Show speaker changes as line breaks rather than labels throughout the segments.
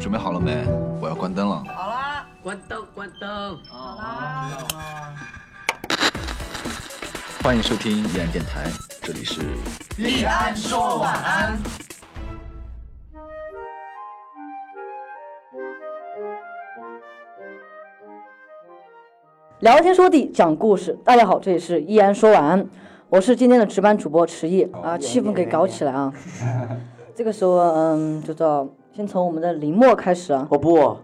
准备好了没？我要关灯了。
好啦，
关灯，关灯。
好啦，
欢迎收听依然电台，这里是
李安说晚安。
聊天说地讲故事，大家好，这里是依然说晚安，我是今天的值班主播迟毅啊，气氛给搞起来啊。 这个时候，嗯，就到先从我们的林默开始啊，
我不，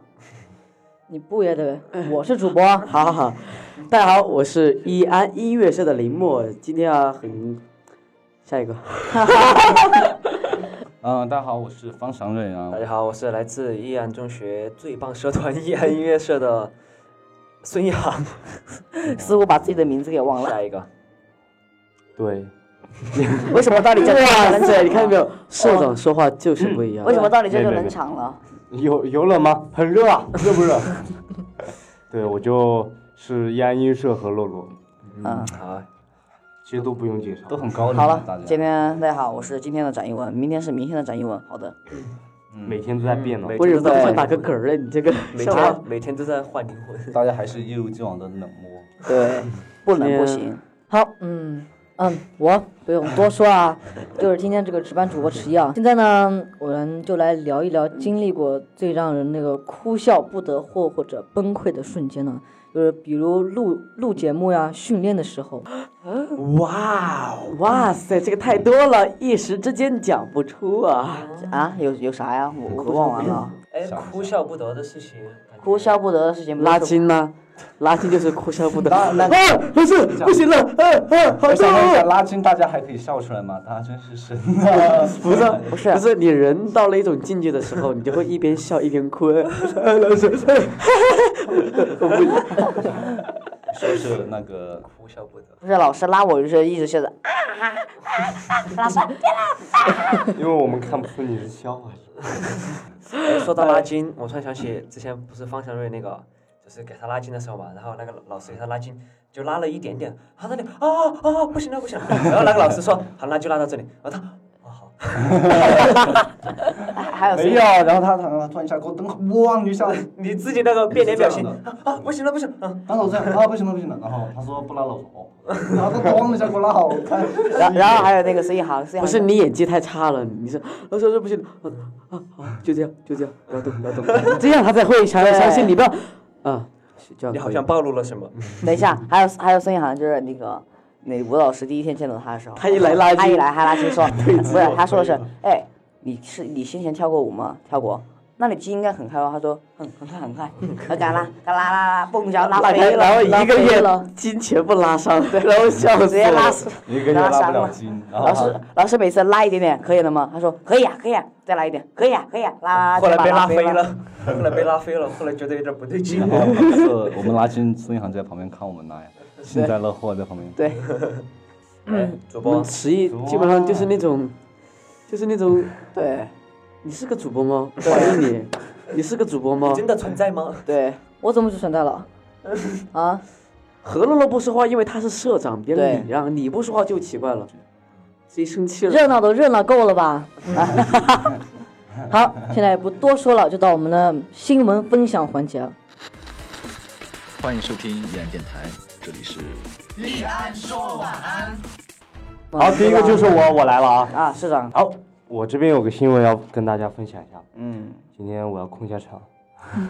你不也得，我是主播啊，
好好好，大家好，我是易安音乐社的林默，今天啊很，下一个，
嗯、大家好，我是方常瑞啊
大。家好，我是来自益安中学最棒社团益安音乐社的孙杨。
似乎把自己的名字给忘了。
下一个，
对，
为什么到你这就
哇
冷
塞，
场
你看
了？
没有，社长说话就是不一
啊
样。
嗯为什么到你这就冷场了？
有有冷吗？很热啊，热不 热？对，我就是延安音社和洛洛，
嗯，
好，
其实都不用介绍，
都很高冷，
好
大
了
家，
今天大家好，我是今天的展一文，明天是明天的展一文。好的，
每天都
嗯
在变呢。
每
我
天
忍
都
不住
在
想打个嗝了，你这个
每
笑话
天每天都在换灵魂。
大家还是一如既往的冷漠。
对，不冷不
今
行。
好，嗯嗯，我不用多说啊，就是今天这个值班主播迟一啊。现在呢，我们就来聊一聊经历过最让人那个哭笑不得或或者崩溃的瞬间呢，就是比如录录节目呀、训练的时候，
哇
啊
哦哇塞，这个太多了，一时之间讲不出啊。
啊，有有啥呀？我我都忘完了。啊
哎，哭笑不得的事情，感觉
哭笑不得的事情不是
拉筋呢？拉筋就是哭笑不得。
拉拉
啊，不是不行了，
啊
哎哎，
我
好痛
想问一下，
哦！
拉筋大家还可以笑出来吗？大家真是神啊！
不是
不是
不是，你人到了一种境界的时候，你就会一边笑一边哭。 哎老师， 哎
说是那个
哭笑不得。
不是老师拉我就是一直笑着。
因为我们看不出你是笑啊。
哎说到拉筋，我突然想起之前不是方祥瑞那个，就是给他拉筋的时候嘛，然后那个老师给他拉筋，就拉了一点点，他那里啊啊啊不行了不行了，然后那个老师说好那就拉到这里，然后他哦好，
哎
还还有
没
谁
有，？然后他他突然一下给我灯咣一下，
你自己那个变脸表情
是这样
啊啊不行了不行了，嗯
然后我这样啊不行了不行了，然后他说不拉了我走，然后他咣一下给我拉好，我看
然然后还有那个孙一航，孙一航
不是你演技太差了，你是老师这不行啊啊啊！就这样就这样，不要动不要动， 这样他才会相
对
相信你不要啊。这样
你好
可以
像暴露了什么。
等一下，还有还有孙一航，就是那个那吴老师第一天见到他的时候，
他一来拉
他
筋
一来还拉筋说， 不是他说的是，哎，你是你先前跳过舞吗？跳过，那你筋应该很快吧？他说嗯很很快很快， 我嘎啦嘎啦啦啦，蹦脚拉
大
飞
概
了，
然后一个
拉飞
月
了，
筋全部拉 伤，然后笑
直
死
接
我
拉
了。
死，
一个月
拉
拉
伤
不了
了。
筋，啊然后
老 师老师每次拉一点点，可以了吗？他说可以呀、可以呀、啊再拉一点，可以呀、可以呀、拉拉拉，
后来
啊再把
被拉
拉了。
飞了， 后来被拉飞了，后来觉得有点不对劲
然。后
嗯
是我们拉筋，孙一航在旁边看我们拉呀，幸灾乐祸在旁边。
对，
哎主
我
播
们，迟疑基本上就是那种，就是那种，
对
你是个主播吗？怀疑你，你是个主播吗
你？真的存在吗？
对，
我怎么就存在 了？啊，
何乐乐不说话，因为他是社长，别人
对
礼让，你不说话就奇怪了，谁生气了？
热闹都热闹够了 吧？嗯、好，现在也不多说了，就到我们的新闻分享环节了。
欢迎收听依然电台，这里是
好，第一个就是我，我来了啊。
啊，市长，
好，我这边有个新闻要跟大家分享一下。
嗯，
今天我要控一下场。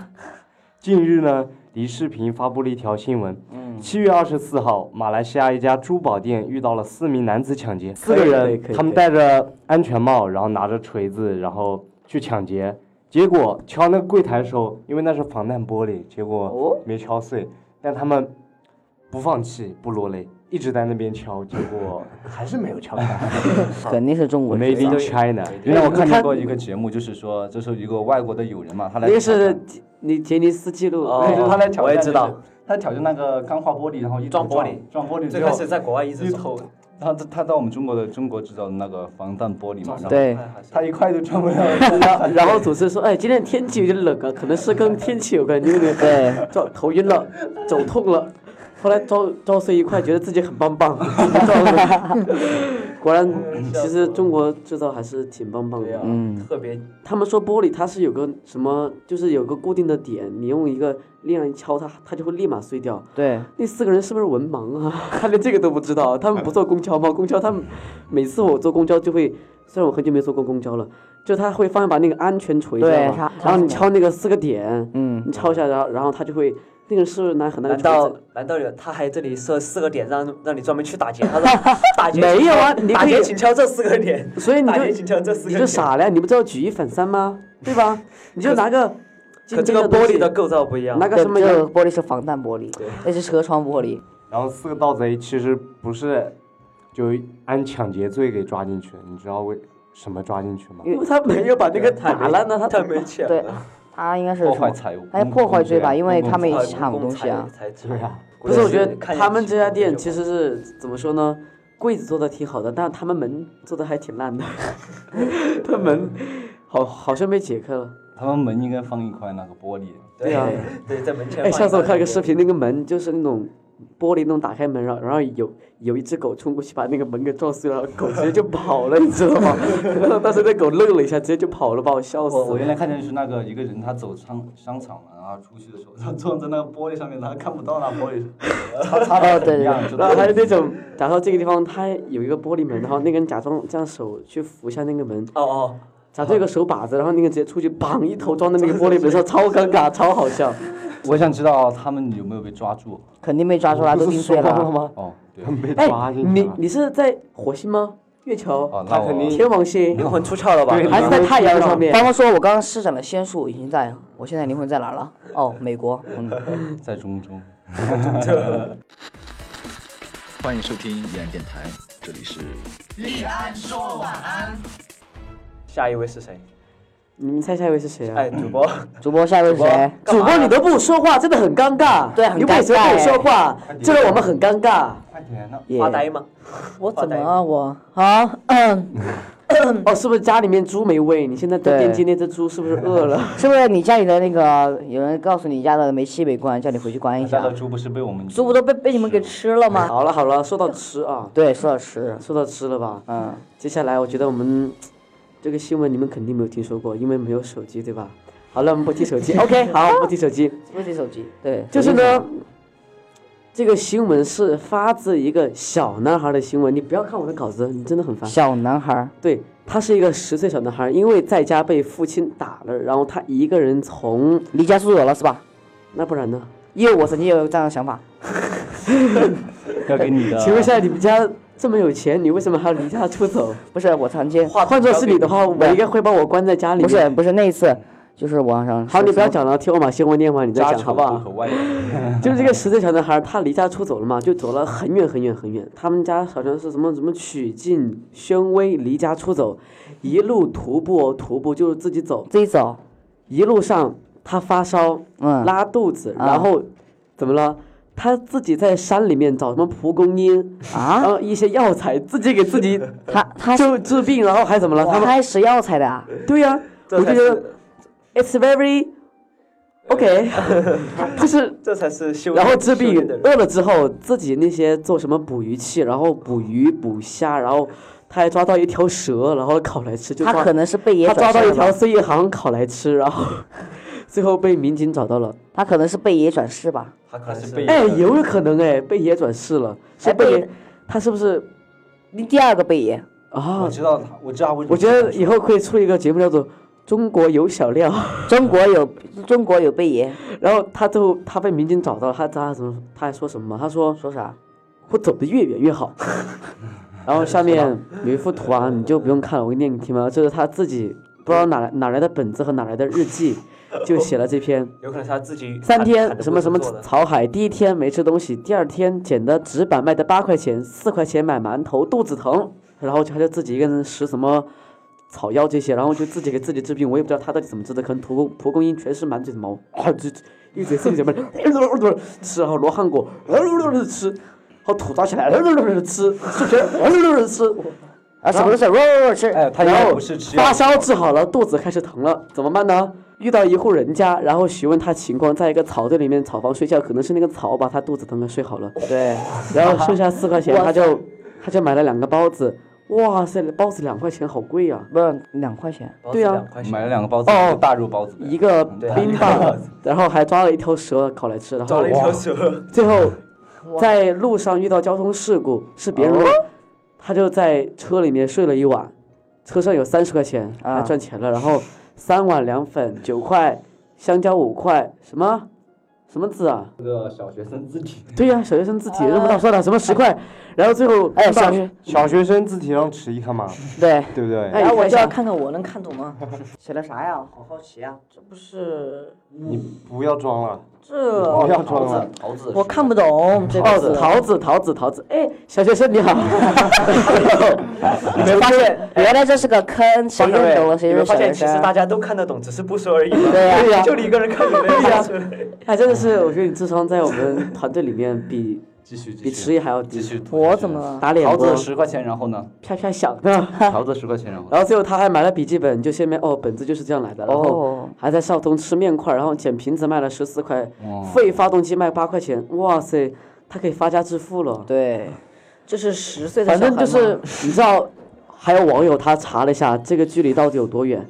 近日呢，迪视频发布了一条新闻。
嗯
七月二十四号，马来西亚一家珠宝店遇到了四名男子抢劫，四个
可以
人
可以，
他们戴着安全帽，然后拿着锤子，然后去抢劫。结果敲那个柜台的时候，因为那是防弹玻璃，结
哦
果没敲碎。但他们不放弃，不落泪，一直在那边敲，结果还是没有敲开。
肯定是中国
Made
制造
in China，
因为我看
你
到
看
过一个节目，就是说，就是一个外国的友人嘛，他来
那个
挑战
是杰你杰尼斯记录，哎
哦
对，他来挑战，
我也知道，
他挑战那个钢化玻璃，然后一头
撞玻璃
撞玻璃
最
最
开
后，
始在国外一直
一
抽，
头，他他到我们中国的中国制造的那个防弹玻璃嘛，然后
对
他一块都撞不了，
然后然后主持人说，哎，今天天气有点冷啊，可能是跟天气有关，因为你
对
撞头晕了，走痛了，后来照照碎一块，觉得自己很棒棒，照了果然，其实中国制造还是挺棒棒
对
的
呀。，
嗯
特别
他们说玻璃它是有个什么，就是有个固定的点，你用一个力量一敲它，它就会立马碎掉。
对，
那四个人是不是文盲啊？ 他连这个都不知道，他们不坐公交吗？公交他们每次我坐公交就会，虽然我很久没坐过公交了，就他会放一把那个安全锤，
对
知道吧
他他
然后你敲那个四个点，
嗯，
你敲一下，然后然后他就会，那个是拿很那个
难
锤
道
子。
难道有他还这里设四个点让让你专门去打劫？他 说打劫
没有啊
请敲
你
打
可以
劫请敲这四个点，
所以你
打劫
就
请敲这四个
你
点。
就傻了呀，你不知道举一反三吗？对吧？你就拿个
可
尖
这
尖
个
东
玻
西
璃的构造不一样，
拿个
对，
什么
这个玻璃是防弹玻璃，那是车窗玻璃。
然后四个盗贼其实不是就按抢劫罪给抓进去的，你知道为什么抓进去吗？
因为他没有把这个
太
打
没
烂呢，他
太没钱
对
了，
他应该是
破
什
坏
么
财物。
哎，破坏罪吧，因为他们也
太
抢
无
东
功
西啊。
才才
对啊
不是，我觉得
看
他们这家店其
实
实是怎么说呢？柜子做的挺好的，但他们门做的还挺烂的。 他门好好像被解开了。
他们门应该放一块那个玻璃，
对
啊，
对在门前放
哎，
一个。
上次我看一个视频，那个门就是那种玻璃那种打开门，然后然后有有一只狗冲过去把那个门给撞碎了，狗直接就跑了，你知道吗？ 然后当时那狗愣了一下，直接就跑了，把我笑死
我我
了。
原来看见是那个一个人，他走商商场嘛，然后出去的时候，他撞在那个玻璃上面，他看不到那玻璃，擦擦
哦
的
对
怎么样？就
然后还有那种，假设这个地方它有一个玻璃门，然后那个人假装这样手去扶一下那个门，
哦哦，
假装有个手把子，然后那个直接出去，砰一头撞在那个玻璃门上，超尴 尬，超好笑。
我想知道他们有没有被抓住？
肯定被抓住了，都
不
定
是
罪
说
了。
吗？
哦，对
他，们被
哎
抓，进去
你
了。
你是在火星吗？月球、
哦，那
他肯定
我
天王星，
灵魂出窍了吧？
对
还是在太阳上面？
他们说我刚刚施展了仙术，已经在，我现在灵魂在哪儿了？哦，美国。嗯，
在中州。
欢迎收听依然电台，这里是
下一位是谁？
你们猜下一位是谁啊？
哎，主播，
主播下一位是谁？
主播，你都不说话，真的很尴尬。
对很
你为什么
尴尬
不
哎
说话？这让我们很尴尬。
快点呢！
发呆吗？
我
发
怎么
呆
啊？我啊，
嗯
哦，是不是家里面猪没喂？你现在
对
在惦记那只猪是不是饿了？
是不是你家里的那个有人告诉你家的煤气没关，叫你回去关一
大家
下
的？猪不是被我们
猪不都被被你们给吃了吗？
好了好了，说到吃啊，
对，说到吃，
说到吃了吧，
嗯，
接下来我觉得我们这个新闻你们肯定没有听说过，因为没有手机对吧？好了，我们不提 手机，OK，好，不提手机。
不提手机，对，
就是呢，这个新闻是发自一个小男孩的新闻。你不要看我的稿子，你真的很烦。
小男孩儿，
对他是一个十岁小男孩，因为在家被父亲打了，然后他一个人从
离家出走了是吧？
那不然呢？
因为我曾经也有这样的想法，
要给你的。
请问一下，你们家这么有钱，你为什么还要离家出走？
不是我曾经，
换作是你的话，我应该会把我关在家里。
不是，不是那一次，就是网上，
好，你不要，讲了，听我把新闻念完，你再
家
讲
丑
好
不
不好？
可外
就是这个十岁小男孩，他离家出走了嘛，就走了很远很远很远。他们家好像是什么什么曲靖、宣威离家出走，一路徒步哦，徒步就是自己走。
自己走，
一路上他发烧、
嗯
拉肚子，
啊
然后怎么了？他自己在山里面找什么蒲公英
啊
然后一些药材，自己给自己
他 他是
就治病，然后还怎么了？他
他
们
还使药材的啊，
对呀、
这
我就
才
觉
是
得 it's very OK，就是
这才是修炼。
然后治病
修炼的人
饿了之后，自己那些做什么捕鱼器，然后捕鱼捕虾，然后他还抓到一条蛇，然后烤来吃，就
他
抓
可能是被野
他抓
转
到
世
一
了吧，
条 C 一行烤来吃，然后 最后被民警找到了。
他可能是被野转世吧，
他可能是
被
哎，有有可能哎，被野转世了，是
哎被
被
野
他是不是
你第二个被野，
我
啊？
知道他，我知道为什么。
我觉得以后可以出一个节目叫做《中国有小料》，
中国有中国有被野，
然后他最后他被民警找到了，他他怎么他还说什么吗？他说
说啥？
我走得越远越好。然后下面有一幅图啊，你就不用看了，我给你念给你听吧。啊这是他自己不知道哪来哪来的本子和哪来的日记，就写了这篇。
有可能是他自己砍
三
砍
天
着
什么什么
做的
草海，第一天没吃东西，第二天捡的纸板卖的八块钱，四块钱买馒头，肚子疼，然后就他就自己一个人食什么草药这些，然后就自己给自己治病，我也不知道他到底怎么治的，可能蒲公蒲公英全是满嘴的毛，啊这这一嘴四嘴么 吃，然后罗汉果呃吃，然后吐槽起来呃吃，数学吃，
啊，什么都是，肉肉肉吃，
哎，他应
然
该
后
不是吃药
发烧治好了，肚子开始疼了，怎么办呢？遇到一户人家，然后询问他情况，在一个草堆里面草房睡觉，可能是那个草把他肚子疼的睡好了，
对，
然后剩下四块钱，
哇
他就他就买了两个包子，哇塞，包子两块钱好贵啊！
不是两块钱，
包子
对啊
哦两块钱
买了两个包子，
哦
一个大肉包子呗，
一个
对啊
冰棒，然后还抓了一条蛇烤来吃，然
找
后
了一条蛇，
最后在路上遇到交通事故，是别人的，他就在车里面睡了一晚，车上有三十块钱，他
啊
赚钱了，然后三碗凉粉九块，香蕉五块，什么什么字啊？哎
这个小学生自己
对呀、小学生字体认不到，算了，什么十块，然后最后
哎，小
上
学
小学生字体上吃一看嘛，
对，
对不对？
哎
然后我
看一
就
下
要看看我能看懂吗？
写的啥呀？好好奇啊！
这不是
你不要装了，
这
不要装
桃
了
子，，桃子
我看不懂这
桃
个字。
子，哦桃子，桃子，桃子，哎，小学生你 好，
你没发现原来这是个坑，谁认懂了谁
你
就是
们
小
发
学
现其实
生。
大家都看得懂，只是不说而已。
对呀
对呀啊
就你一个人看懂了。
对呀
呀，
哎，真的是，我觉得你智商在我们团队里面比
继续继
比
续
迟疑还要
继
低，
续，
我怎么了？
打脸
桃
波
子十块钱，然后呢？
啪啪响呢。
桃子十块钱，然后呢
然后最后他还买了笔记本，就现面哦，本子就是这样来的。然后
哦
还在少东吃面块，然后捡瓶子卖了十四块，废发动机卖八块钱，哇塞，他可以发家致富了。
对，
这是十岁的
反
小孩
正
吗
就是你知道，还有网友他查了一下这个距离到底有多远，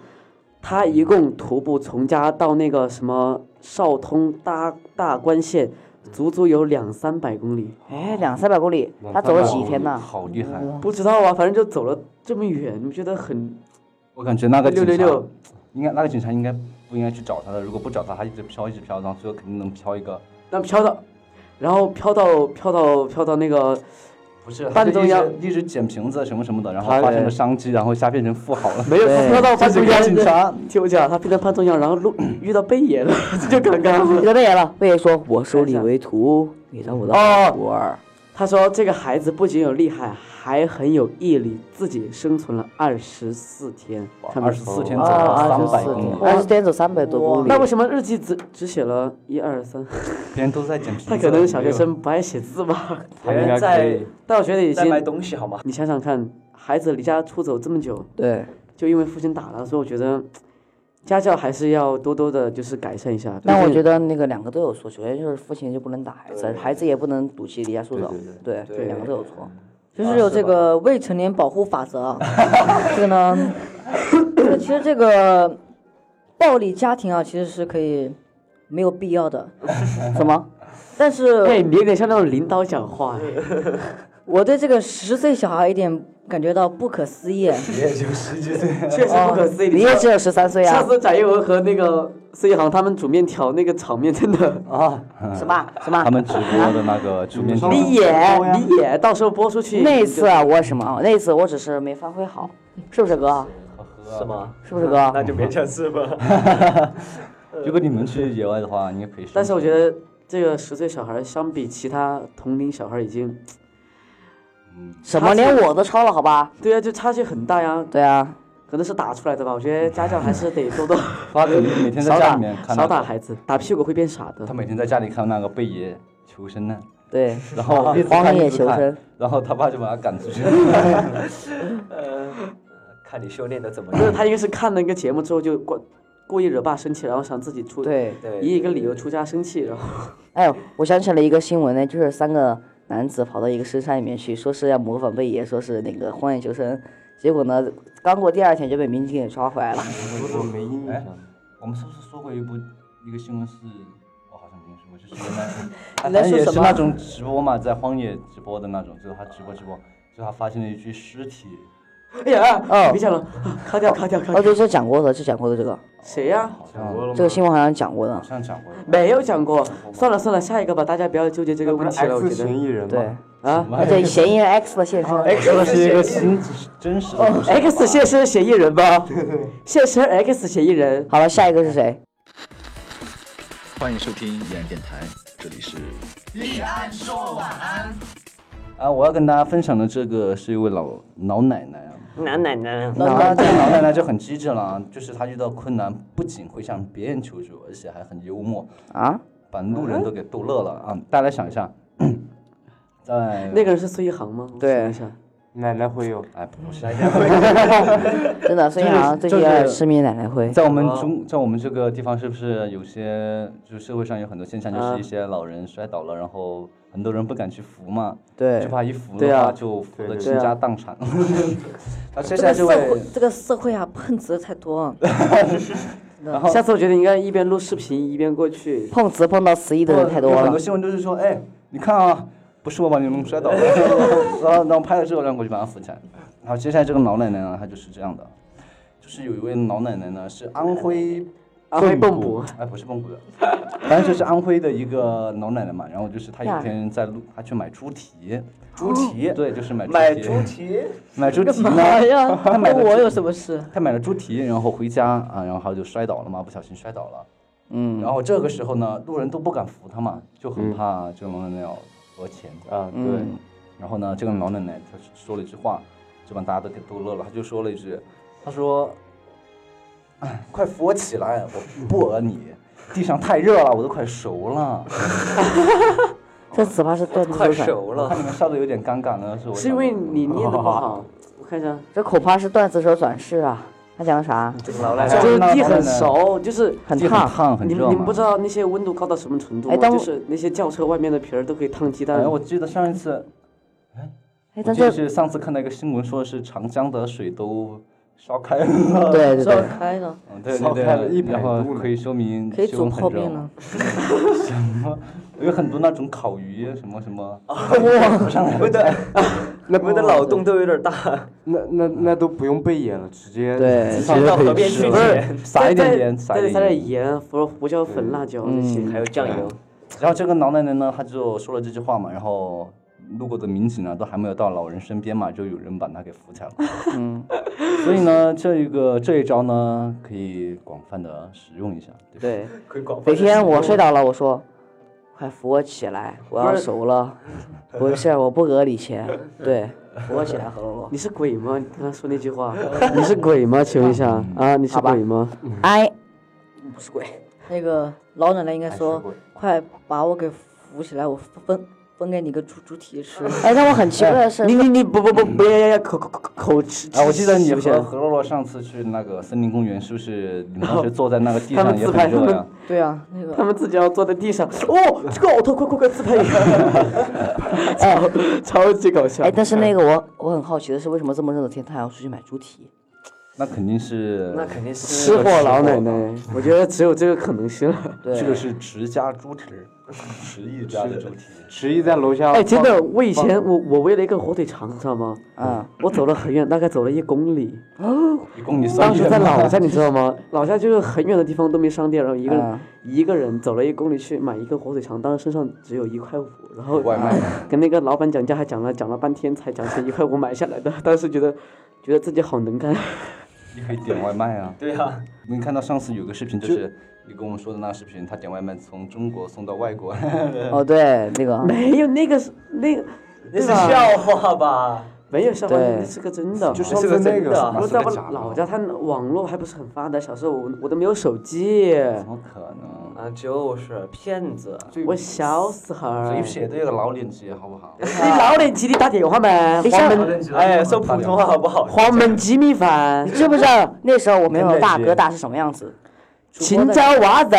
他一共徒步从家到那个什么少通大大关县，足足有两三百公里。
哎，两三百公里，他走了几天呐？
好厉害！
不知道啊，反正就走了这么远，你们觉得很
我感觉那个警察
666
应该那个警察应该不应该去找他的？如果不找他，他一直飘一直飘，然后最后肯定能飘一个。
那飘到，然后飘到飘到飘到那个。
不是，
半中央
他就一直一直捡瓶子什么什么的，然后
他
发现了商机，然后一下变成富豪了。
没有，他
对
飘到潘
这
中
是个
央，
警察，
听我讲，他飘到潘中央，然后路遇到贝爷了， 这就尴尬
你
了。
都被人了，被人说我收你为徒，你当我的
哦
徒儿。
他说这个孩子不仅有厉害，还很有毅力，自己生存了二十四天。看没
二十四天走
啊，
哦了三
二
百
十四
公里
天，，二十天走三百多公里。
那为什么日记只只写了一二三？
别人都在捡瓶子。
他可能小学生不爱写 字吧。
他应该可
在
以。
但我觉得已
在卖
经，
东西好吗？
你想想看，孩子离家出走这么久，
对，
就因为父亲打了，所以我觉得家教还是要多多的，就是改善一下。
但我
毕
觉
竟
得那个两个都有错，首先就是父亲就不能打孩子，孩子也不能赌气离家出走，对
对
两个都有 错。
就是有这个未成年保护法则 啊，这个呢，这个其实这个暴力家庭啊，其实是可以没有必要的。
什么？
但是
哎，你有点像那种领导讲话，哎
我对这个十岁小孩一点感觉到不可思议。
确实不可思议。
你也只有十三岁
下
啊？
次翟一文和那个孙一航他们煮面条那个场面，真的，
什么什么
他？们直播的那
啊
个桌面上，
你也你也到时候播出去，
那次啊，我什么？那次我只是没发挥好，是不是哥？
是吗？
是不是哥？
嗯那就别讲是吧。
如果你们去野外的话，你也可以。
但是我觉得这个十岁小孩相比其他同龄小孩已经，
什么连我都超了，好吧？
对啊，就差距很大呀，
对啊，
可能是打出来的吧。我觉得家长还是得多多
他肯定每天在
少
家
打
里面看
少
那
打
个，
孩子，打屁股会变傻的
嗯
他。每天在家里看那个贝爷求 生难，
对，
然
哦
后一直看
荒野
一直
求
看
生，
然后他爸就把他赶出去。
看你修炼的怎么
不是，
样。
他应该是看了一个节目之后就过故意惹爸生气，然后想自己出，
对。
对，
以一个理由出家生气，然后
哎呦，我想起了一个新闻呢，就是三个男子跑到一个深山里面去，说是要模仿贝爷，说是那个荒野求生，结果呢，刚过第二天就被民警给抓回 来了。
我怎么没印象？
我们是不是说过一部一个新闻是？我好像没说过，就是
你
原来
在
反正
说
也
什
是
么
那种直播嘛，在荒野直播的那种，就是他直播直播，就他发现了一具尸体，
哎呀，
哦
别讲了，啊咔掉咔掉咔
哦，
掉，
对，这讲过的，这讲过的这个，
谁呀？
好像
这个新闻好像讲过的
好。像讲过的。
没有讲过，算了算了，下一个吧，大家不要纠结这个问题了，我
是
觉
嫌
得
疑人
对
吗？，
啊
那这嫌疑人 X 的现身。
哦
说的是一个新，
真实的故事。
，X 现身嫌疑人吧，现身 X 嫌疑人，
好了，下一个是谁？
欢迎收听依然电台，这里是
啊，我要跟大家分享的这个是一位老老奶奶啊，
男奶奶，
那这个老奶奶就很机智了啊，就是她遇到困难不仅会向别人求助，而且还很幽默，
啊？
把路人都给逗 乐了啊！大家来想一下，在
那个人是孙一航吗？我
对
数一下，
奶奶会有，
哎，不是，
真的，孙杨最近有点痴迷奶奶灰。
在我们中，在我们这个地方，是不是有些就是社会上有很多现象，就是一些老人摔倒了，然后很多人不敢去扶嘛，
对
就怕一扶
对
的
啊
话就扶
对
的
对
倾
对
家荡产。 他接
这
下
个
来这
社
位
会，这个社会啊，碰瓷的太多了。
下次我觉得应该一边录视频一边过去。
碰瓷碰到词义的人太多
有很
了
多，新闻都是说，哎，你看啊，不是我把你弄摔倒了， 然后然后拍了之后，然后我就把他扶起来。然后接下来这个老奶奶呢，她就是这样的，就是有一位老奶奶呢是安徽，
安徽
蚌
蚌埠
埠，
哎不是蚌埠的，反正就是安徽的一个老奶奶嘛。然后就是她有一天在路，她去买猪蹄，猪蹄，对，就是买
买
蹄
猪，蹄，
买猪蹄
哎
呢，
呀，
他买
跟
的
我
是
有什么事？
她买了猪蹄，然后回家啊，然后她就摔倒了嘛，不小心摔倒了。
嗯，
然后这个时候呢，路人都不敢扶她嘛，就
嗯
很怕这个老奶奶要讹钱。
啊，对
嗯，
然后呢，这个老奶奶她说了一句话，就把大家都给逗乐了。她就说了一句，她说：“哎，快扶我起来，我不讹你，地上太热了，我都快熟了。
这此话是断句
快
出产，
熟”
我看
了。
你们笑的有点尴尬呢，是我
是因为
想的
你念的不好。我看一下，
这恐怕是段子手转世啊。他讲啥？
这个老奶奶
哎
就是
那
地
当然
很
了
熟，就是
很
地很
烫，
烫，很
你
热
们
嘛。
你们不知道那些温度高到什么程度吗？
哎当
就是那些轿车外面的皮儿都可以烫鸡蛋
哎，。我记得上一次，
哎，
我
但
记得
这
是上次看到一个新闻，说是长江的水都烧开了。
对对
烧
对，
开了，
嗯， 对
烧
对
开了
对，
100
然后
度呢
可以说明
可以
气
煮
温嗯很
泡
热
面
嘛
了。
什么？有很多那种烤鱼什么什么，
我 的，我的脑洞都有点大。
那那那都不用背演了，直接
对
哎
直接
到
可以
河边
吃
去
了
捡
撒一点
再
盐，撒
再
一
再撒
点
点
盐。
盐、胡胡椒粉、辣椒这些。
还有酱油，
然后这个老奶奶呢，她就说了这句话嘛，然后路过的民警呢，都还没有到老人身边嘛，就有人把她给扶起来了。嗯， 所以呢，这一个这一招呢，可以广泛的使用一下，对吧？
对，
可以广泛
每
地
天我
吃
睡着了，我说：“快扶我起来，我要熟了。”不是，我不讹你 钱。对，扶我起来，何龙龙。
你是鬼吗？你刚刚说那句话，你是鬼吗？请问一下啊，你是
好吧
鬼吗？
哎，不是鬼，
那个老奶奶应该
哎
说
是鬼：“
快把我给扶起来，我分分给你个猪猪蹄吃。 哎
哎，但我很奇怪的是，
你你你不不不不要要要口口口口吃！
啊，我记得你
不行
和，何洛洛上次去那个森林公园，是不是你们当时坐在那个地
他们
上也
自拍
很热
他
呀
们？”
对啊，那个
他们自己要坐在地上。哦，这个呕吐，快快快自拍一个！超超级搞笑
哎，。但是那个我我很好奇的是，为什么这么热的天，他还要出去买猪蹄？
那肯定是，
那肯定是
吃货老奶奶，我觉得只有这个可能性了。
这个是持家猪蹄儿，十亿家的猪蹄。
迟疑在楼下。
哎，真的，我以前我我为了一个火腿肠，你知道吗？
嗯，
我走了很远，大概走了一公里。
一共你算
当
一
时
人
在
吗
老家，你知道吗？ 老家就是很远的地方都没商店，然后一个人、
嗯
一个人走了一公里去买一个火腿肠，当时身上只有一块五，然后
外卖
跟那个老板讲价，还讲了讲了半天才讲成一块五买下来的。当时觉得觉得自己好能干，
你可以点外卖啊。
对啊，
你看到上次有个视频，就是你跟我们说的那个视频，他点外卖从中国送到外国，嗯
哦，对，那个
没有那个是那个
那是
对吧
笑话吧？
没有笑话，
对
那是个真的。
就是
那是
上
个
次那
真
个
的
什
啊
么
我
是个
在我
假的
老家，它网络还不是很发达。小时候我我都没有手机，
怎么可能？
啊，就是骗子。
我小死孩儿。
嘴撇对个老脸皮，好不好？
你老点急，你打电话嘛，黄焖
哎，说普通话好不好？
黄焖鸡米饭
你。知不知道那时候我们有大哥大是什么样子？
请叫娃走，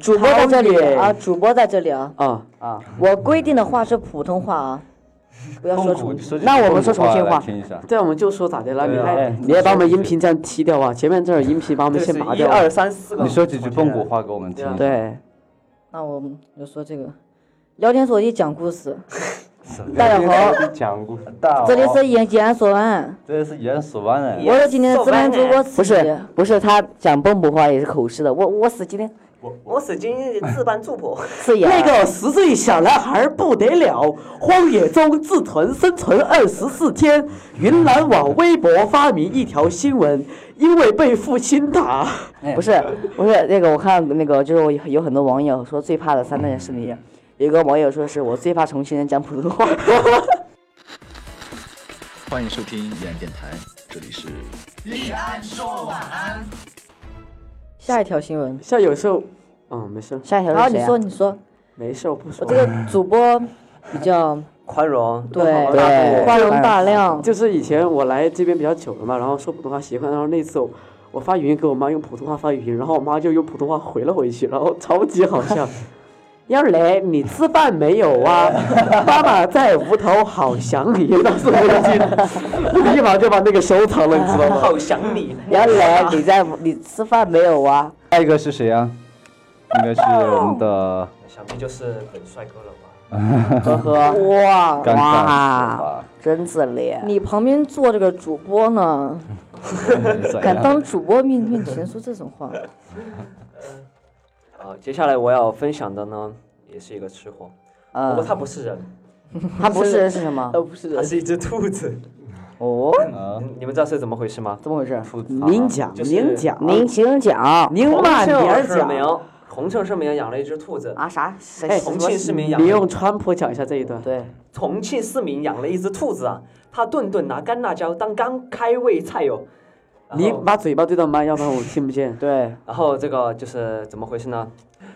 主
主播在这里啊，
啊
主播在这里啊。
啊！
我规定的话是普通话啊，不要说重
重
那我们说重庆话
听一下。
这样我们就说咋的了？你
对啊
还
哎
你也把我们音频这样踢掉啊！前面这儿音频把我们先拔
一
掉。
二三四个。
你说几句蚌埠话给我们听一下。
对，
那我们就说这个，聊天所一讲故事。
大
家好，
讲过，
大
这里
哦
是延吉安所
啊
安，
这里是盐水湾哎，
我是今天的值班主播
不
不
是不是，他讲蚌埠话也是口试的。我我死今天啊
我是今日自班主播，
刺眼。
那个十岁小男孩不得了，荒野中自存生存二十四天。云南网微博发明一条新闻，因为被父亲打。
不是不是那个，我看那个就是我有有很多网友说最怕的三件事情，有一个网友说是我最怕重庆人讲普通 话。
欢迎收听依然电台，这里是
下一条新闻。
像有时候，嗯，没事儿，
下一条
好，
是谁
你
啊
说？你说，
没事儿，我不 说
我这。个主播比较
宽容，
对
包容大度
宽容
哎
大量，
就是以前我来这边比较久了嘛，然后说普通话习惯，然后那次我我发语音给我妈用普通话发语音，然后我妈就用普通话回了回去，然后超级 好笑。要来，你吃饭没有啊？妈妈在屋头好想你，当时我就记得，我立马就把那个收藏了，你知道吗？
好想你，
杨磊，你在你吃饭没有啊？
下一个是谁呀？应该是我们的
想必就是本帅哥了吧？
呵呵，哇
尴尬
哇，
吧？
真自恋。
你旁边坐这个主播呢，
啊
敢当主播面面前说这种话？
啊，接下来我要分享的呢，也是一个吃货，不过
嗯，
它不是人，
他不是人是什么？
呃，不是
它
的，
是一只兔子。
哦，
啊，
你你们知道是怎么回事吗？
怎么回事？
您讲，
就是
您讲，
您请讲。
您慢点
重庆市
讲。
民，重庆市民养了一只兔子，
啊啥？谁
哎，
重庆市民养
你
了
用川普讲一下这一段。
对，
重庆市民养了一只兔子啊，他顿顿拿干辣椒当干开胃菜哟、然
你
后
把嘴巴对到麦，要不然我听不见。对，
然后这个就是怎么回事呢？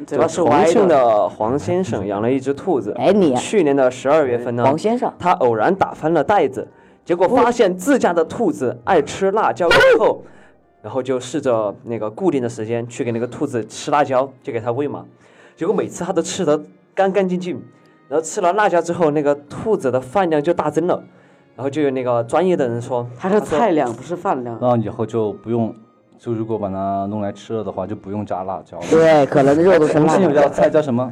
嘴巴是
重
歪
庆的黄 先生养了一只兔子。
哎你
去年的十二月份呢，
黄先生，哦
他偶然打翻了袋子，结果发现自家的兔子爱吃辣椒
啊
以后，然后就试着那个固定的时间去给那个兔子吃辣椒，就给它喂嘛。结果每次它都吃得干干净净，然后吃了辣椒之后，那个兔子的饭量就大增了。然后就有那个专业的人说，
它是
说
菜量，不是饭量。
那以后就不用，就如果把它弄来吃了的话，就不用加辣椒了。
对，可能肉都是
重
辣
庆有
的。
道菜叫什么？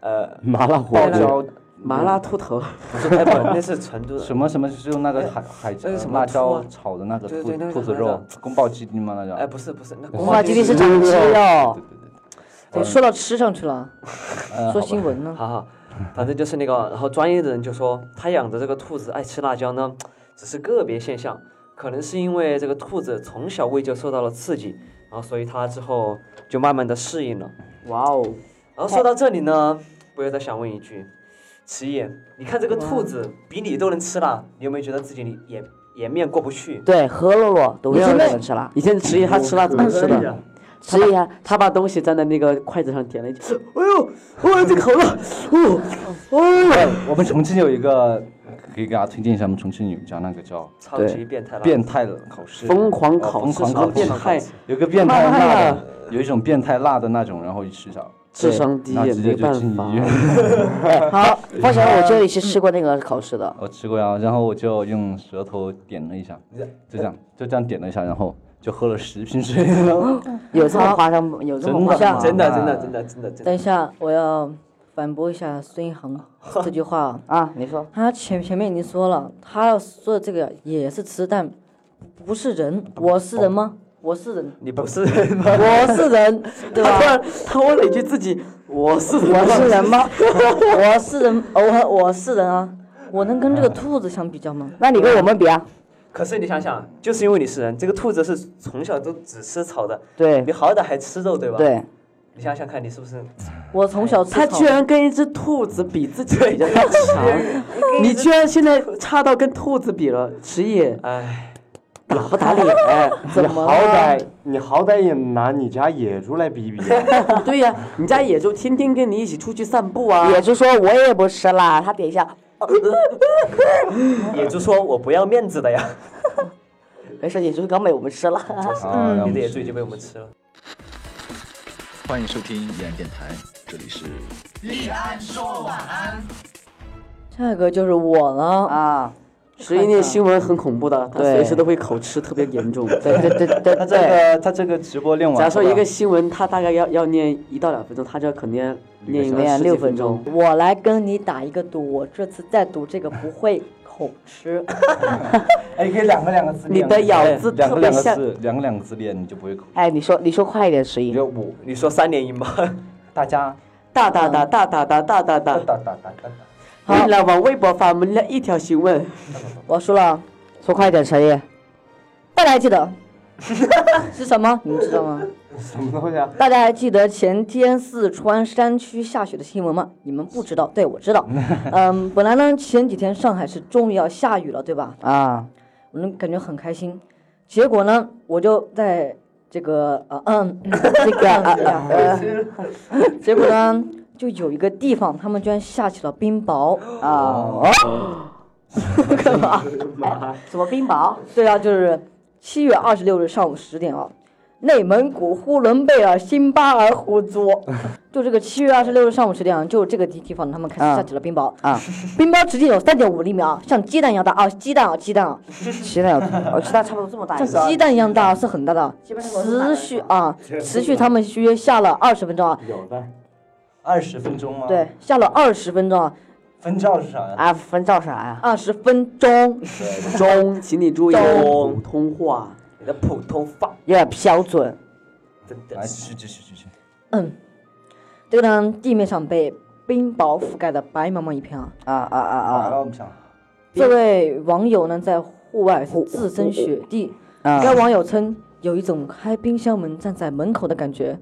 呃，
麻辣火
爆
锅，
椒
麻辣兔头，
不是哎不，那是成 都的，
什么什么，就是用那个海海
那是什么
辣
兔
椒
啊
炒的那个
对
兔
对那个
兔子
那个
肉，宫保鸡丁吗？那叫
哎，不是不是，那
文化基地
是
是长吃
对
肉，
对对
怎么说到吃上去了？
呃
说
好吧
新闻呢？
哈哈，啊反正就是那个，然后专业的人就说，他养的这个兔子爱吃辣椒呢，只是个别现象，可能是因为这个兔子从小胃就受到了刺激，然后所以它之后就慢慢的适应了。
哇哦！
然后说到这里呢，不由得想问一句，迟野，你看这个兔子比你都能吃辣，你有没有觉得自己的颜颜面过不去？
对，何洛洛都
你
让
真的
人吃辣。
以前迟疑他吃辣怎么吃的，
所以啊，
他把东西粘在那个筷子上点了一下，哎呦，哎呦，这个好辣，哦，哎呦，
我们重庆有一个，可以给大家推荐一下，我们重庆有一家那个叫
超级变态辣，
变态的考试，
疯狂
哦
烤
疯
是
狂
什
考
么
试，
变态？
有一个变态辣
妈呀
的，有一种变态辣的那种，然后一吃上，
智商低
那
也
直接
没
就
办
进
法
医。院。
哎，好，方小我这里是吃过那个考试的，
我吃过呀，然后我就用舌头点了一下，就这样，就这样点了一下，然后就喝了十瓶水。
哦
有这么夸张，有这么夸张吗？
真的真的真的真的真
等
的
一下，我要反驳一下孙一航这句话啊。
啊，你说
他前前面已经说了，他要说的这个也是吃，但不是人。我是人吗？我是人，
你不是
我是人， 对
他突
吧？
然他问了一句自己，我是
我是人吗？ 我是人，我我是人啊！我能跟这个兔子相比较吗？
那你跟我们比啊？
可是你想想，就是因为你是人，这个兔子是从小都只吃草的，
对
你好歹还吃肉对吧？，
对，
你想想看，你是不是？
我从小吃
他
草
居然跟一只兔子比自己比较强，你居然现在差到跟兔子比了，迟疑哎
哎，
打不打脸？
你好歹你好歹也拿你家野猪来比一比啊，
对呀、你家野猪天天跟你一起出去散步啊，
也就说我也不吃辣，他点一下，
野猪说：“我不要面子的呀。
没事，也就是刚被我们吃辣。
嗯
啊，然后”
你的野猪已经被我们吃了。
欢迎收听依然电台，这里是
下一个就是我了。
啊，
十一那新闻很恐怖的，他随时都会口吃，特别严重。
对对对对
他这
对，
个他这个直播练完，
假如说一个新闻，他大概要要念一到两分钟，他就可能要念一个
念
十
六
几
分
分
钟
钟。
我来跟你打一个赌，我这次再赌这个不会口吃。
哎，可以两个两个字
你
练，
的咬字
两
特
个
别
两个
像，
字，两个两个字练，你就不会口。
哎，你说你说快一点，迟
你
疑
就我
你说三连音吧，
大家
大大
嗯
大大大大大大
哒
大。
哒哒哒哒，
为了往微博发我们了一条新闻，
我要输了，
说快一点，迟疑。
大家还记得 是什么？你们知道吗？
什么东西啊？
大家还记得前天四川山区下雪的新闻吗？你们不知道，对我知道。嗯，本来呢，前几天上海是终于要下雨了，对吧？
啊，
我们感觉很开心。结果呢，我就在这个呃嗯呃这个呃，结果呢，就有一个地方，他们居然下起了冰雹。啊
啊，
妈，
什么冰雹？
对啊，就是七月二十六日上午十点啊，内蒙古呼伦贝尔辛巴尔虎 族，就这个七月二十六日上午十点啊，就这个地地方他们开始下起了冰雹
啊，
冰雹直径有三点五厘米啊，像鸡蛋一样大啊，鸡蛋啊，鸡蛋啊，
鸡蛋有， 哦，鸡蛋差不多这么大一个，
像鸡蛋一样大啊，是很大的啊，
基本上我是
持 续啊，持续他们约下了二十分钟啊，
有的，
二十分钟吗？
嗯
对，，下了二十分钟啊，
分照是啥呀？
啊，分照啥呀？
二十分钟，
中，请你注意哦
中
普通话。
你的普通话
有点标准，
真的
来，
是
继续，继续，继续。
这个呢，地面上被冰雹覆盖的白茫茫一片啊。
啊啊啊
打
啊！
到不想。
这位网友呢，在户外是自身雪地。
啊
该网友称，有一种开冰箱门站在门口的感觉。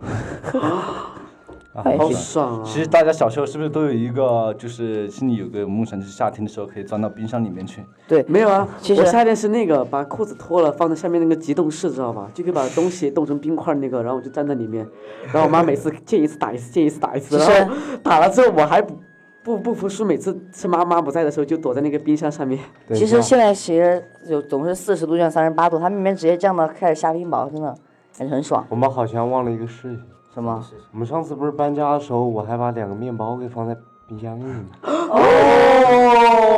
哎
好爽啊！
其实大家小时候是不是都有一个，就是心里有个梦想，就是夏天的时候可以钻到冰箱里面去？
对，
没有啊，
其实
我夏天是那个把裤子脱了放在下面那个急冻室，知道吧？就可以把东西冻成冰块那个，然后我就站在里面，然后我妈每次见一次打一次，见一次打一次，
其实
然后打哎了之后我还不不不服输，每次是妈妈不在的时候就躲在那个冰箱上面。
对
其
这
实
样
现在其实有总是四十度降三十八度，他们那边直接降到开始下冰雹，真的感觉很爽。
我们好像忘了一个事情，
什么？
我们上次不是搬家的时候，我还把两个面包给放在冰箱里 面。
哦，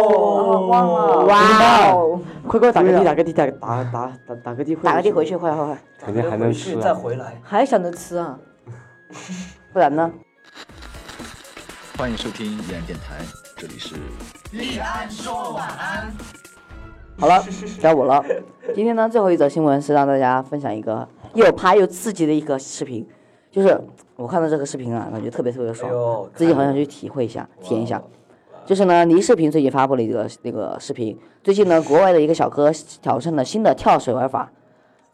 忘了。哇哦！
快快打个
对
的，
啊
打个的，打个打打打打个的，
打个的回去，快快快！
肯定还能吃啊
再回来。
还想着吃啊？
不然呢？
欢迎收听依然电台，这里是
好了，该我了。今天呢，最后一则新闻是让大家分享一个又爬又刺激的一个视频，就是我看到这个视频啊，感觉特别特别
哎
爽，
呦，
自己
看
好想
了
去体会一下、体验一下
哇。
就是呢，离视频最近发布了一个那个视频。最近呢，国外的一个小哥挑战了新的跳水玩法，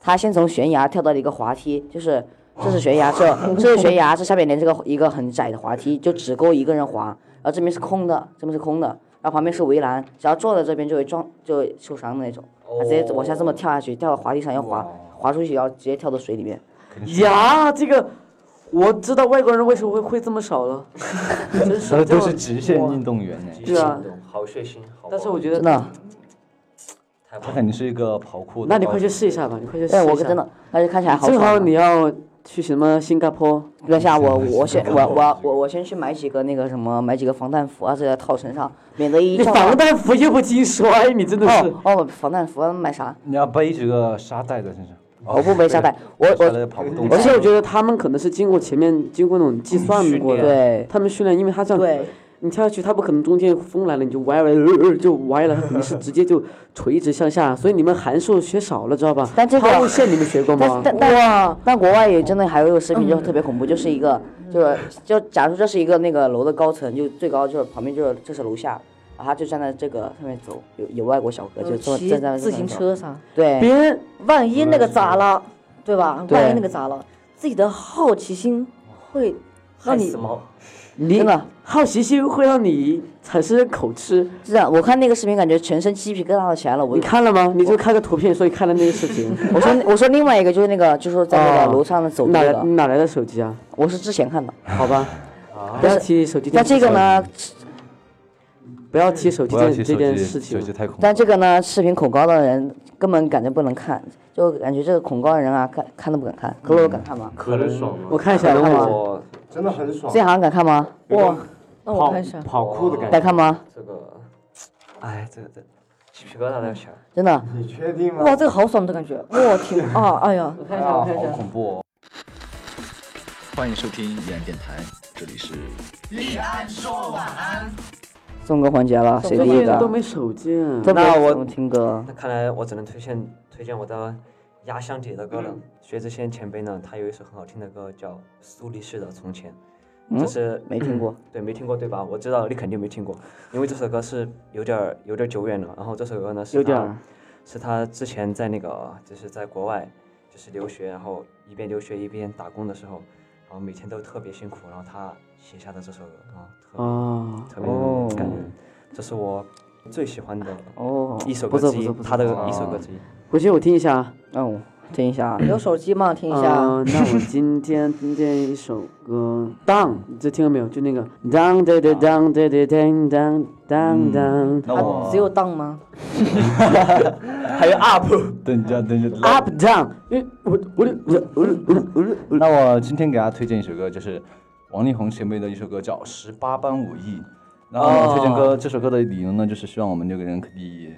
他先从悬崖跳到了一个滑梯，就是这是悬崖， 这这是悬崖，这下面连这个一个很窄的滑梯，就只够一个人滑，然后这边是空的，这边是空的，然后旁边是围栏，只要坐在这边就会撞就会受伤的那种。
哦
他直接往下这么跳下去，跳到滑梯上要滑，滑出去要直接跳到水里面。
呀，这个我知道外国人为什么会会这么少 了，真是
这
这
都
么
是极限运动员呢，
极
对啊
限运动好血腥，好
但是
暴
我
力
觉
真
得，
的，
太
他
棒了
肯定是一个跑酷的。
那你快去试一下吧，你快去试一
哎，
下。
我真的，而且看起来好
正
爽啊。
好你要去什么新加坡，
等一下，我我先我我我我先去买几个那个什么，买几个防弹服啊，这些套身上，免得一
你
撞
防弹服又不经摔，你真的是。
哦哦，防弹服买啥？
你要背几个沙袋在身上。
哦
我不背沙袋，我
沙
我
袋跑不动。
而且我觉得他们可能是经过前面经过那种计算过的，
对
他们训练，因为他这样，
对
你跳下去，他不可能中间风来了你就歪了、呃呃就歪了，他肯定是直接就垂直向下，所以你们函数学少了，知道吧？
但这个
抛物线你们学过吗
但？但但但国外也真的还有一个视频就特别恐怖，就是一个就是就假如这是一个那个楼的高层，就最高就是旁边就是这是楼下，然后他就站在这个上面走，有有外国小哥就坐
哦骑
站在
自行，车啥？
对，
别人
万一那个咋了，对吧？
对
万一那个咋了，自己的好奇心会让
害
你
死猫。
你
真的
好奇心会让你产生口吃，
是的，我看那个视频感觉全身鸡皮疙瘩都起来了，我
你看了吗？你就看个图片，所以看了那个视 频。
我说我说另外一个就是那个就是说在那
哦
个楼上的走
哪
那
来
个，
哪来的手机啊？
我是之前看的。
好吧，不要提手机。
那这个呢？？
不要提手机
不要
这
提
这
手
件
机，
事情
手机
了。
太恐怖
但。这个呢，视频恐高的人根本感觉不能看，就感觉这个恐高的人啊，看看都不敢看。可乐敢看吗？
可能爽
我
吗？
看一下，
看吗
我
真的很爽
这行敢看吗？
哇，
那我看一下
跑酷的感
敢
觉。
看吗？
这个，哎，这个这鸡皮疙瘩都要起来了。
真的，
你确定吗
哇，这个好爽的感觉，哇挺 啊，哎呀，
我看一
啊，
下，我看一
好
下。
恐怖哦！
欢迎收听依然电台，这里是
送歌环节了，谁第
哎这
一
边都
个？
没手机啊。
特别
那我
怎么听歌？
那看来我只能推荐推荐我的压箱底的歌
嗯
了。薛之谦前辈呢，他有一首很好听的歌叫《苏黎世的从前》，
嗯
这是
没听过。
对，没听过对吧？我知道你肯定没听过，因为这首歌是有点儿有点儿久远了。然后这首歌呢是
有点
他
儿
是他之前在那个就是在国外就是留学，然后一边留学一边打工的时候，然后每天都特别辛苦，然后他写下的这首歌啊，特别、
啊，
特别感人。这是我最喜欢的
哦，
一首
不
歌
错
之
不
一
错不，错
他的一首歌之一。
回去我听一下啊。
嗯，听一下啊，
有手机吗？听一下。
嗯，那我今天听见一首歌《当》，你这听过没有？就那个《当当当当当当当当当
那
啊
我
只有当吗？
还有 UP，
等一下，等一下，
Up Down》，因为我我我我我我
那我今天给大家推荐一首歌，就是王力宏前辈的一首歌，叫《十八般武艺》。然后呢推荐歌这首歌的理由呢，就是希望我们六个人可
哦
以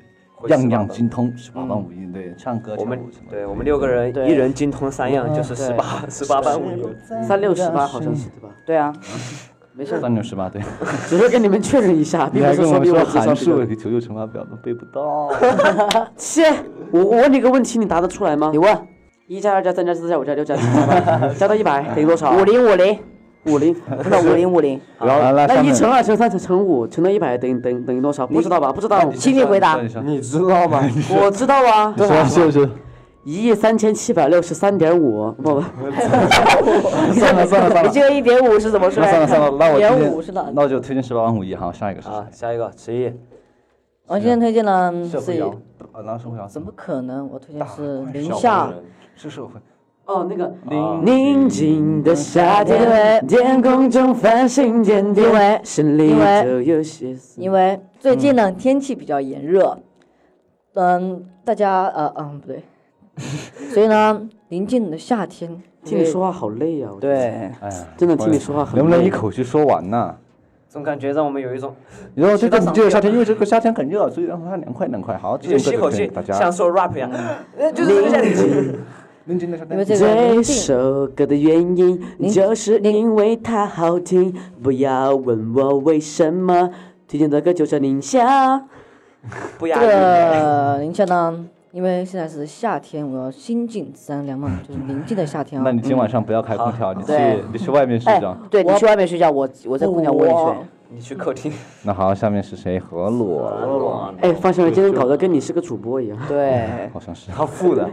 样样精
嗯
通，十八般武艺，对，唱歌、
我
跳
们
舞什么的。
对我们六个人一人精通三样，就是十八十八般武艺。
三六十八好像是对吧？
对啊，
没事，
三六十 八对。
只是跟你们确认一下，
你
并不
还
是
跟
说
我
明
说
我智商
函
比较
数，
低。
你九九乘法表都背不到。
切，我我问你个问题，你答得出来吗？你问。一加二加三加四加五加六加七加八，加到一百等于多少？
五零五零，
五零，
不是五零五 零，
然后来
那一乘二乘三乘乘五乘到一百等于等于等于多少？不知道吧？不知道，
请你回答，
你知道吗？你
我知道啊。多
说就是。
一亿三千七百六十三点五，不不，
算了算了算
你
了，
这个一点五是怎么出
那
来的？
算了算了，那我
点
推
五是哪
荐，那我就推荐十八般武艺哈。下一个是
啊，下一个迟毅，
我今天推荐了嗯
谁？
自己，
啊，然后社会摇
怎么可能？我推荐是林
小
夏
黄。人是社会。
哦，那个宁静的夏
因为
天，天空中繁星点
因为
点，心里
因为
头有些思
因为最近呢天气比较炎热，嗯，大家呃嗯不对，所以呢临近的夏天，
听你说话好累啊！我觉得，
对，
哎呀，
真的听你说话很累
能不能一口气说完呢？
总感觉让我们有一种
然后这个这个夏天，因为这个夏天很热，所以让它凉快凉快。好，这
就
首
吸
歌
口
推荐
气
给大，
像
家。
说 rap 一样，呃就是这个夏天。
宁静的夏
因为
天，
这个临近
这首歌的原因就是因为它好听，不要问我为什么。推荐的歌就是宁
哦
夏，
不
这
压抑，
个宁夏呢，因为现在是夏天，我要心静自然凉嘛，就是临近的夏天
那
啊。
你今晚上不要开空调，你去
对
你去外面啊睡
哎
着。，
对你去外面睡觉，我我在空调窝里睡，
你去客厅。
那好，下面是谁？何裸，
哎，方小人今天搞得跟你是个主播一样。
对。
好像是。
他负的。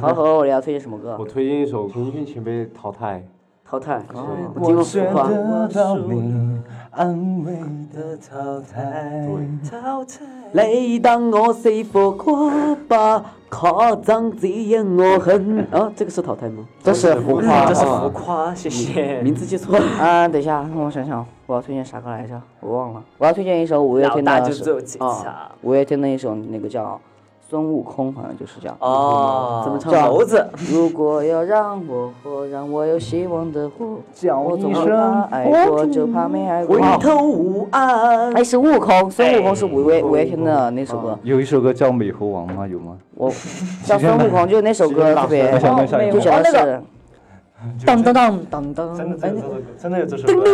好，和我要推荐什么歌
我？推荐一首陈奕迅前辈《淘汰
哎
淘汰，
哦
我听过浮夸。
到你安慰的淘汰。
你当我是浮夸吧，夸张只因我很啊，这个是淘汰吗？
这是浮夸，
这是浮夸，谢谢。
名字记错了。
啊、等一下，让我想想，我要推荐啥歌来着？我忘了。我要推荐一首五月
老
天
大
的
就只
是，
有警察
啊。，五月天的一首那个叫《孙悟空》，好像就是叫。
哦，
怎么唱
猴子，
如果要让我活，让我有希望的活，
叫
我总
一
是
声
怕爱过，就怕没爱过
回。头无岸。
哎，是悟空，孙悟空是五
哎
月五月天的那首
哦
歌，
有一首歌叫《美猴王》吗？有吗？
我叫孙悟空，就那首歌特别，
我想问
哦
上一
就
首。
觉得 是
当当当当当，哎，那
真的有这首歌。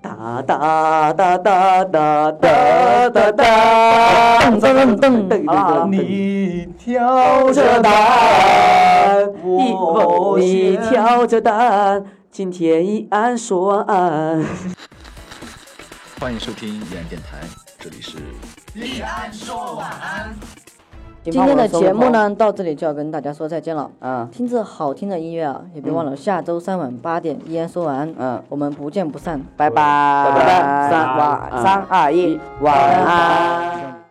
哒哒哒哒哒哒哒哒，噔噔噔噔噔噔，
你挑
着担，我你挑着担，今天一案说完案。
欢迎收听依然电台，这里是
今天的节目？呢到这里就要跟大家说再见了。啊
嗯
听着好听的音乐啊，也别忘了下周三晚八点依然说晚安，
嗯，
我们不见不散。
拜拜，拜
拜
三晚三二一，晚安。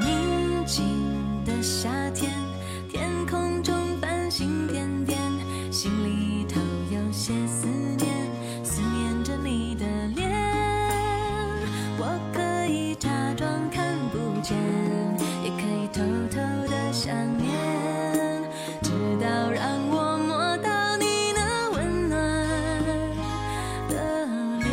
宁静的夏天，天空中繁星点点，心里头有些思念，思念着你的脸。我可以假装看不见，也可以偷偷的想念，直到让我摸到你那温暖的脸。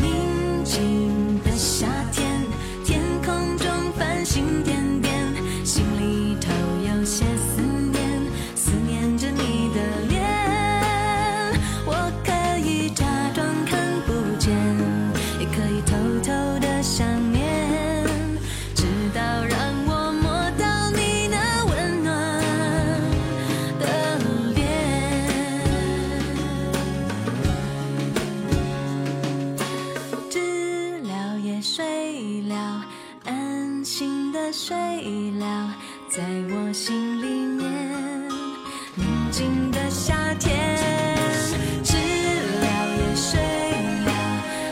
宁静的夏天，天空中繁星点点，心里头有些思念，思念着你的脸。我可以假装看不见，也可以偷偷的想念，直到让我摸到你。水疗在我心里面。宁静的夏天，治疗也睡了，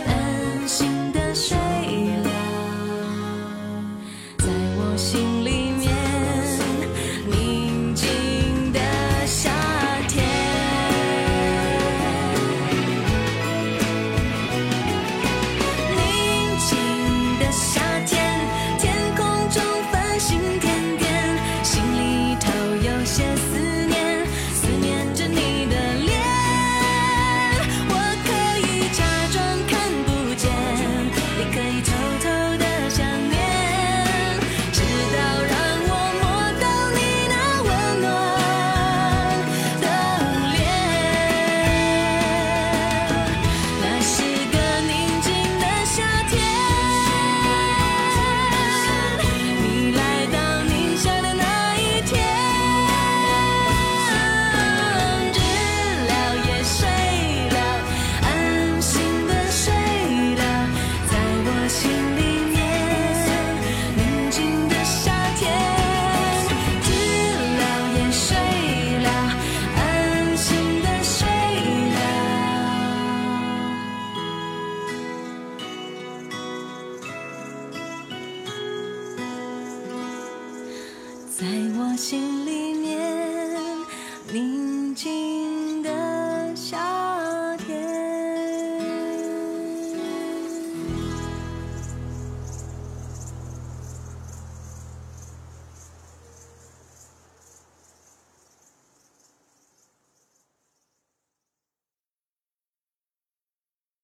安心的睡了，在我心里面。宁静的夏天。宁静的夏天，天空中繁星点点，心里头有些思念，思念着你的脸。我可以假装看不见，你可以偷偷的想念，直到让我摸到你那温暖的脸。那是个宁静的夏天，你来到宁夏的那一天，知了也睡了，安心的睡了，在我心里面，宁静的夏天，知了也睡了，安心的睡了。在我心里